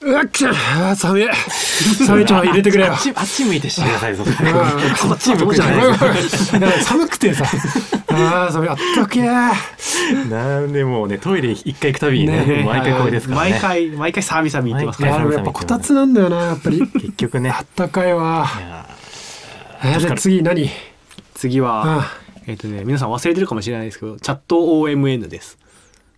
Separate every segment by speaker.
Speaker 1: うわっくしゃあー寒い寒いちょっと入れてくれよ
Speaker 2: あっちあっち向いてしてください。
Speaker 1: こ
Speaker 2: っち向くじゃない
Speaker 1: 寒くてさ ああ寒いあったくや
Speaker 2: なんでもうね、トイレ一回行くたびに
Speaker 1: ね
Speaker 2: ね、毎回これですからね。
Speaker 3: 毎回、毎回サービサミ言ってます
Speaker 1: い
Speaker 3: から。
Speaker 1: やでもやっぱこたつなんだよなやっぱり
Speaker 2: 結局ね
Speaker 1: あ。ったかいわ
Speaker 2: いや
Speaker 1: えーじゃあ次何
Speaker 3: 次は、
Speaker 1: あ
Speaker 3: えっとね、皆さん忘れてるかもしれないですけど、チャット OMN です。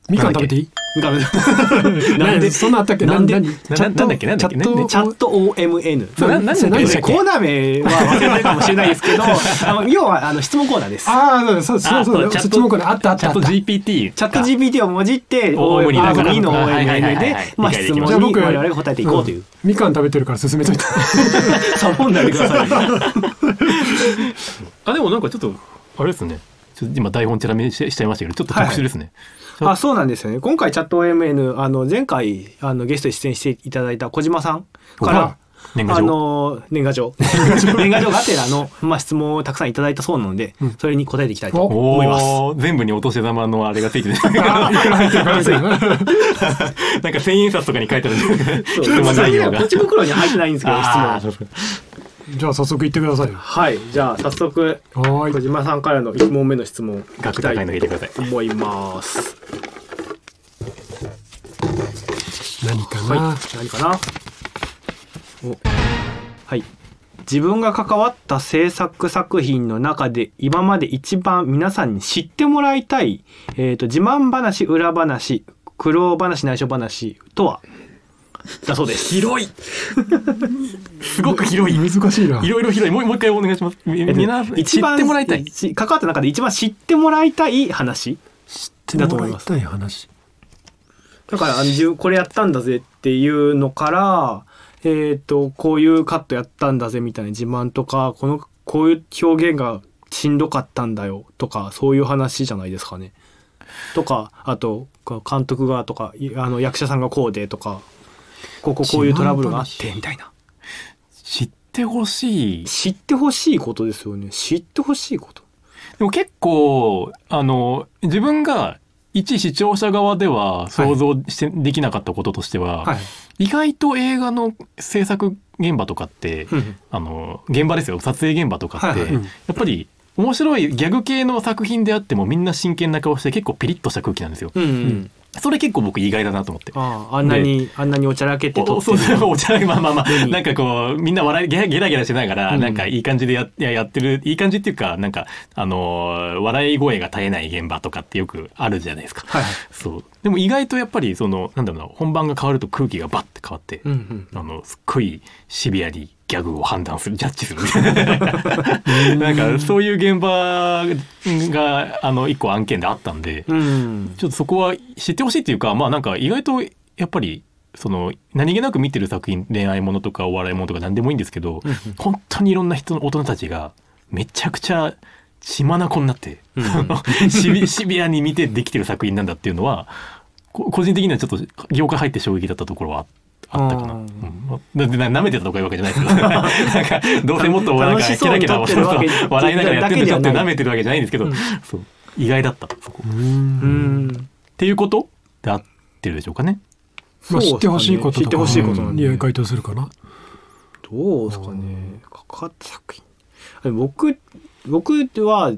Speaker 1: みかん食べていい
Speaker 3: ダメ だなんで、
Speaker 1: そんなあったっけ
Speaker 3: なんで
Speaker 1: な何
Speaker 2: な
Speaker 1: チャット
Speaker 2: なんだっけなんだっ
Speaker 1: チ
Speaker 2: け
Speaker 1: ャット
Speaker 2: ね
Speaker 3: チャット OMN。
Speaker 2: そうななんだっ
Speaker 1: 何
Speaker 2: け
Speaker 1: で
Speaker 3: で
Speaker 1: したっけ
Speaker 3: コーナー名は忘れてるかもしれないです けど、あの要はあの質問コーナーです。
Speaker 1: ああそうそう
Speaker 2: あ
Speaker 1: そうそう
Speaker 2: チャ
Speaker 1: そ
Speaker 2: ッ
Speaker 1: っち
Speaker 2: ト
Speaker 1: もこれあったあっ
Speaker 2: チ
Speaker 1: たあ
Speaker 2: ャッ
Speaker 1: っ
Speaker 2: ト
Speaker 1: た
Speaker 2: GPT。
Speaker 3: チャット GPT をもじって、
Speaker 2: 大盛りだから
Speaker 3: OMN の
Speaker 2: はいはいはい
Speaker 3: OMN
Speaker 2: はい
Speaker 3: で
Speaker 2: はい、
Speaker 3: まあ
Speaker 2: 理解で
Speaker 3: 質問
Speaker 2: きま
Speaker 1: じゃあ
Speaker 3: に
Speaker 1: 僕
Speaker 3: 我々が答えていこうという。
Speaker 1: みかん食べてるから進めとい た
Speaker 3: サボんないでください。
Speaker 2: あ、でもなんかちょっと、あれですね。ちょっと今台本ちら見ししちゃいましたけど、ちょっと特殊ですね。
Speaker 3: あそうなんですよね今回チャット OMN あの前回あのゲストに出演していただいた小島さんから
Speaker 2: 年賀
Speaker 3: あ
Speaker 2: 状。
Speaker 3: の年賀 状年賀状がてらの、まあ、質問をたくさんいただいたそうなので、それに答えていきたいと思います。
Speaker 2: おー全部にお年玉のあれがつい てる。なん
Speaker 1: あいくら入ってるかみたいな
Speaker 2: か千円札とかに書いてあるんですよ
Speaker 3: そう
Speaker 2: 質問内容が。
Speaker 3: ポチ袋に入ってないんですけど質
Speaker 2: あー
Speaker 3: 問
Speaker 1: じゃあ早速言ってくださいよ
Speaker 3: はいじゃあ早速
Speaker 1: は
Speaker 3: 小
Speaker 1: ーい
Speaker 3: 島さんからの1問目の質問い
Speaker 2: 額
Speaker 3: きた
Speaker 2: 高いの
Speaker 3: い
Speaker 2: 入れてください。
Speaker 3: と思います。
Speaker 1: 何かな、
Speaker 3: はい、何かなおはい自分が関わった制作作品の中で今まで一番皆さんに知ってもらいたい、えー、と自慢話裏話苦労話内緒話とはだそうです。
Speaker 2: 広いすごく広い。
Speaker 1: 難しいない
Speaker 2: ろいろ広い。もうもう一回お願いします。みみんな知
Speaker 3: 一
Speaker 2: っ
Speaker 3: 番
Speaker 2: てもらいたい。
Speaker 3: し関わった中で一番知ってもらいたい話だと思いま
Speaker 1: 知
Speaker 3: す
Speaker 1: ってもらいたい話
Speaker 3: だからあの自分これやったんだぜっていうのから、えー、とこういうカットやったんだぜみたいな自慢とかこのこういう表現がしんどかったんだよとかそういう話じゃないですかね。とかあとこう監督がとかいあの役者さんがこうでとかこここういうトラブルがあってみたいな
Speaker 2: 知ってほしい。で
Speaker 3: 知ってほしいことですよね知ってほしいこと。
Speaker 2: も結構、あの、自分が一視聴者側では想像して、できなかったこととしては、
Speaker 3: はい、
Speaker 2: 意外と映画の制作現場とかって、あの、現場ですよ。撮影現場とかって、
Speaker 3: はいはい
Speaker 1: うん
Speaker 2: やっぱり、面白いギャグ系の作品であってもみんな真剣な顔して結構ピリッとした空気なんですよ。
Speaker 3: うんうん
Speaker 1: うん
Speaker 2: それ結構僕意外だなと思って。
Speaker 3: あああんなにあんなにおちゃらけて撮っ
Speaker 2: お
Speaker 3: て
Speaker 2: そうそう お茶まあまあま
Speaker 3: う
Speaker 2: あ
Speaker 3: ん
Speaker 2: なんかこうみんな笑いゲラゲラゲラしながら、
Speaker 3: うん
Speaker 2: なんかいい感じでやややってるいい感じっていうかなんかあのー笑い声が絶えない現場とかってよくあるじゃないですか、
Speaker 3: はい
Speaker 2: そうでも意外とやっぱりそのなんだろうな本番が変わると空気がバッて変わって、
Speaker 3: うんうん
Speaker 2: あのすっごいシビアにギャグを判断するジャッジするみたい ななんかそういう現場があの一個案件であったんで、
Speaker 3: うん
Speaker 2: ちょっとそこは知ってほしいっていうか、まあなんか意外とやっぱり、その何気なく見てる作品恋愛ものとかお笑いものとか何でもいいんですけど、本当にいろんな人の大人たちがめちゃくちゃ血眼になって、
Speaker 3: うん
Speaker 2: シビシビアに見てできてる作品なんだっていうのはこ個人的にはちょっと業界入って衝撃だったところはあったかな。
Speaker 3: うん
Speaker 2: うん、だってな舐めてたとかいうわけじゃ ないですけどなんかどうせもっとなん
Speaker 3: 楽
Speaker 2: か
Speaker 3: し
Speaker 2: キ
Speaker 3: そう
Speaker 2: ラキ
Speaker 3: に
Speaker 2: ラ
Speaker 3: 撮ってるわけ
Speaker 2: そうそう笑いながらやってるんでしょっ
Speaker 3: だけ
Speaker 2: て
Speaker 3: ではない
Speaker 2: 舐めてるわけじゃないんですけど、
Speaker 3: うん
Speaker 2: そう意外だったそこ。
Speaker 3: うん
Speaker 2: っていうことで合ってるでしょうかね。
Speaker 1: まあ、知ってほしいこと
Speaker 3: 知ってほしいことなん
Speaker 1: に
Speaker 3: で
Speaker 1: 回答するかな
Speaker 3: どうですかね関わった作品あでも僕僕は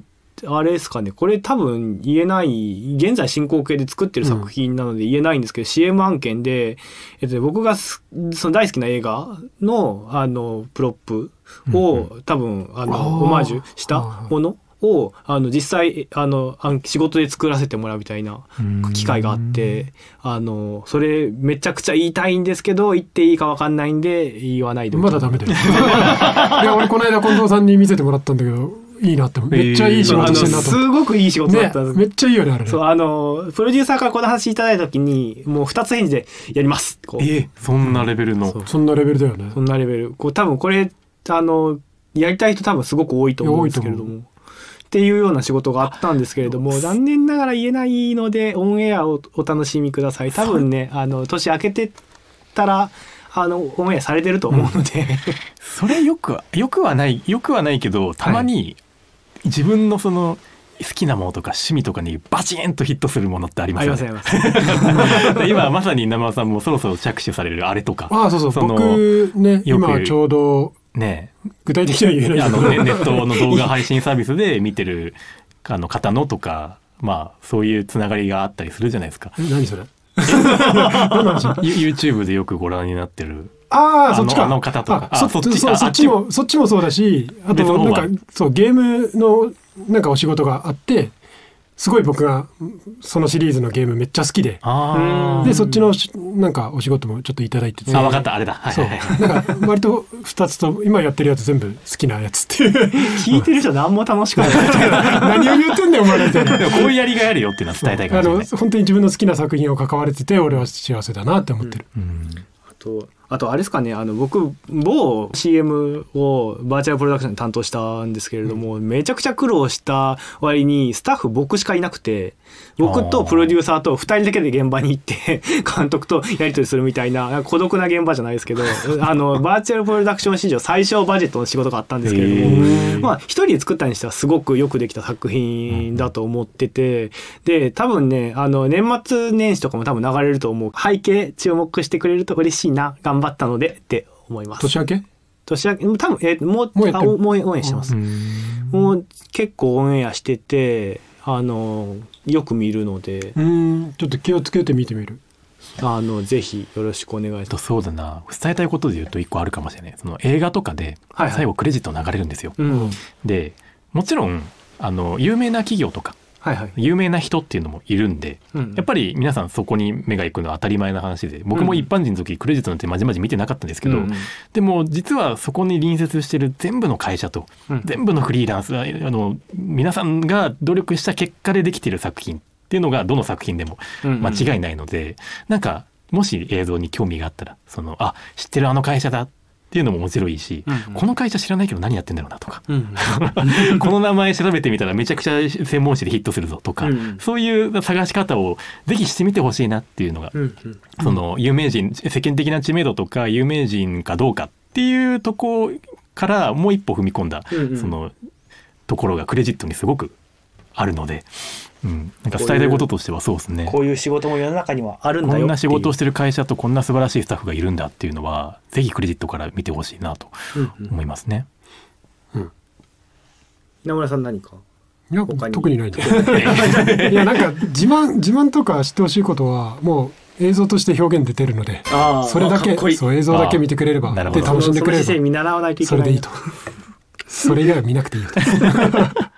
Speaker 3: あれですかねこれ多分言えない現在進行形で作ってる作品なので言えないんですけど、CM 案件で、えっとね、僕がすその大好きな映画のあのプロップを、多分あ
Speaker 1: あー
Speaker 3: のオマージュした
Speaker 1: はいはい
Speaker 3: ものをあの実際あのあん仕事で作らせてもらうみたいな機会があってあのそれめちゃくちゃ言いたいんですけど言っていいか分かんないんで言わないでおき
Speaker 1: まだダメだよいや俺この間近藤さんに見せてもらったんだけどいいなって思うめっちゃいい仕
Speaker 3: あ
Speaker 1: 事
Speaker 3: の
Speaker 1: してんなと思
Speaker 3: すごくいい仕事だったん
Speaker 1: っ
Speaker 3: で
Speaker 1: て、
Speaker 3: す、
Speaker 1: ね、めっちゃいいよねあれね
Speaker 3: そうあのプロデューサーからこの話いただいた時にもう2つ返事で「やります」こう
Speaker 2: ええ、そんなレベルの。
Speaker 3: そう
Speaker 1: そんなレベルだよね
Speaker 3: そんなレベルこう多分これあのやりたい人多分すごく多いと思うんですけれどもっていうような仕事があったんですけれども残念ながら言えないのでオンエアをお楽しみください多分ねあの年明けてたらあのオンエアされてると思うので、
Speaker 2: それよくは、よくはない、よくはないけど、たまに自分のその好きなものとか趣味とかにバチンとヒットするものってありま
Speaker 3: あ
Speaker 2: す
Speaker 3: り
Speaker 2: よ
Speaker 3: ます
Speaker 2: ね
Speaker 3: あります。
Speaker 2: で今まさに生田さんもそろそろ着手されるあれとか
Speaker 1: ああそうそう
Speaker 2: その
Speaker 1: 僕ね
Speaker 2: よく
Speaker 1: 今ちょうど
Speaker 2: ね
Speaker 1: 具体的には言えない
Speaker 2: あ
Speaker 1: けど
Speaker 2: のねネットの動画配信サービスで見てるあの方のとかまあそういうつながりがあったりするじゃないで すか
Speaker 1: え何それ
Speaker 2: ユ YouTube でよくご覧になってる
Speaker 1: あ
Speaker 2: あ
Speaker 1: あそっちか
Speaker 2: あの方とか
Speaker 1: あ
Speaker 2: あ
Speaker 1: そ
Speaker 2: そっち
Speaker 1: そう
Speaker 2: あ
Speaker 1: そっちもそっちもそうだしあ
Speaker 2: 別
Speaker 1: と
Speaker 2: の方が
Speaker 1: なんかそうゲームのなんかお仕事があってすごい僕がそのシリーズのゲームめっちゃ好きで
Speaker 2: あー
Speaker 1: でそっちのしなんかお仕事もちょっといただいてて
Speaker 2: あ分かったあれだはい
Speaker 1: そ
Speaker 2: は
Speaker 1: う
Speaker 2: いはい
Speaker 1: なんか割と2つと今やってるやつ全部好きなやつっていう
Speaker 3: 聞いてる人何も楽しくない。
Speaker 1: 何を言ってんねんお前らみたいな
Speaker 2: でもこういうやりがいあるよっていうのは伝えたい
Speaker 1: あ
Speaker 2: 感じね
Speaker 1: の本当に自分の好きな作品を関われてて俺は幸せだなって思ってる、
Speaker 2: うん
Speaker 3: あとあとあれですかねあの僕某 CM をバーチャルプロダクションで担当したんですけれども、めちゃくちゃ苦労した割にスタッフ僕しかいなくて僕
Speaker 2: あ
Speaker 3: と
Speaker 2: ー
Speaker 3: プロデューサーと2人だけで現場に行って 監督とやり取りするみたいななんか孤独な現場じゃないですけどあのバーチャルプロダクション史上最小バジェットの仕事があったんですけれども、
Speaker 2: へー
Speaker 3: まあ、一人で作ったにしてはすごくよくできた作品だと思ってて、で、多分ね、あの、年末年始とかも多分流れると思う。背景注目してくれると嬉しいな、頑張ったのでって思います。
Speaker 1: 年明け
Speaker 3: 年明け、多分、えーもう、
Speaker 1: もうやってる
Speaker 3: あもう応援してます。
Speaker 2: うん
Speaker 3: もう結構オンエアしてて、あの、よく見るので、
Speaker 1: うんちょっと気をつけて見てみる
Speaker 3: あの、ぜひよろしくお願いし
Speaker 2: えっと
Speaker 3: ます。
Speaker 2: そうだな伝えたいことで言うと一個あるかもしれないその映画とかで
Speaker 3: はいはい
Speaker 2: 最後クレジット流れるんですよ、
Speaker 3: うん。
Speaker 2: でもちろんあの有名な企業とか
Speaker 3: はいはい。
Speaker 2: 有名な人っていうのもいるんで
Speaker 3: うん
Speaker 2: やっぱり皆さんそこに目が行くのは当たり前な話で僕も一般人の時クレジットなんてまじまじ見てなかったんですけど、
Speaker 3: うん
Speaker 2: でも実はそこに隣接してる全部の会社と
Speaker 3: うん
Speaker 2: 全部のフリーランスああの皆さんが努力した結果でできてる作品っていうのがどの作品でも
Speaker 3: うん
Speaker 2: 間違いないので、なんかもし映像に興味があったらそのあ知ってるあの会社だっていうのも面白いし、
Speaker 3: うん
Speaker 2: この会社知らないけど何やってんだろうなとか
Speaker 3: うん
Speaker 2: この名前調べてみたらめちゃくちゃ専門誌でヒットするぞとか、
Speaker 3: うん
Speaker 2: そういう探し方をぜひしてみてほしいなっていうのが、
Speaker 3: うんうん
Speaker 2: その有名人世間的な知名度とか有名人かどうかっていうとこからもう一歩踏み込んだ、
Speaker 3: うんうん
Speaker 2: そのところがクレジットにすごくあるので、うん、なんか伝えたいこととしてはそうですね。
Speaker 3: こういう仕事も世の中にはあるんだ
Speaker 2: こ
Speaker 3: よ
Speaker 2: んな仕事を
Speaker 3: し
Speaker 2: してる会社とこんな素晴らしいスタッフがいるんだっていうのはぜひクレジットから見てほしいなと思いますね。
Speaker 3: 名村さん何か
Speaker 1: いや
Speaker 3: 他に
Speaker 1: 特にないですいやなんか自慢自慢とか知ってほしいことはもう映像として表現で出るので
Speaker 3: あー
Speaker 1: それだ
Speaker 3: か
Speaker 1: け
Speaker 3: っこいい
Speaker 1: そう映像だけ見てくれれば
Speaker 2: あーなるほ
Speaker 1: で
Speaker 2: ど
Speaker 1: 楽しんでくれ
Speaker 3: その姿勢
Speaker 1: れば
Speaker 3: 見習わないといけ
Speaker 1: そ
Speaker 3: な
Speaker 1: れ
Speaker 3: い
Speaker 1: でいいとそれ以外は見なくていいよと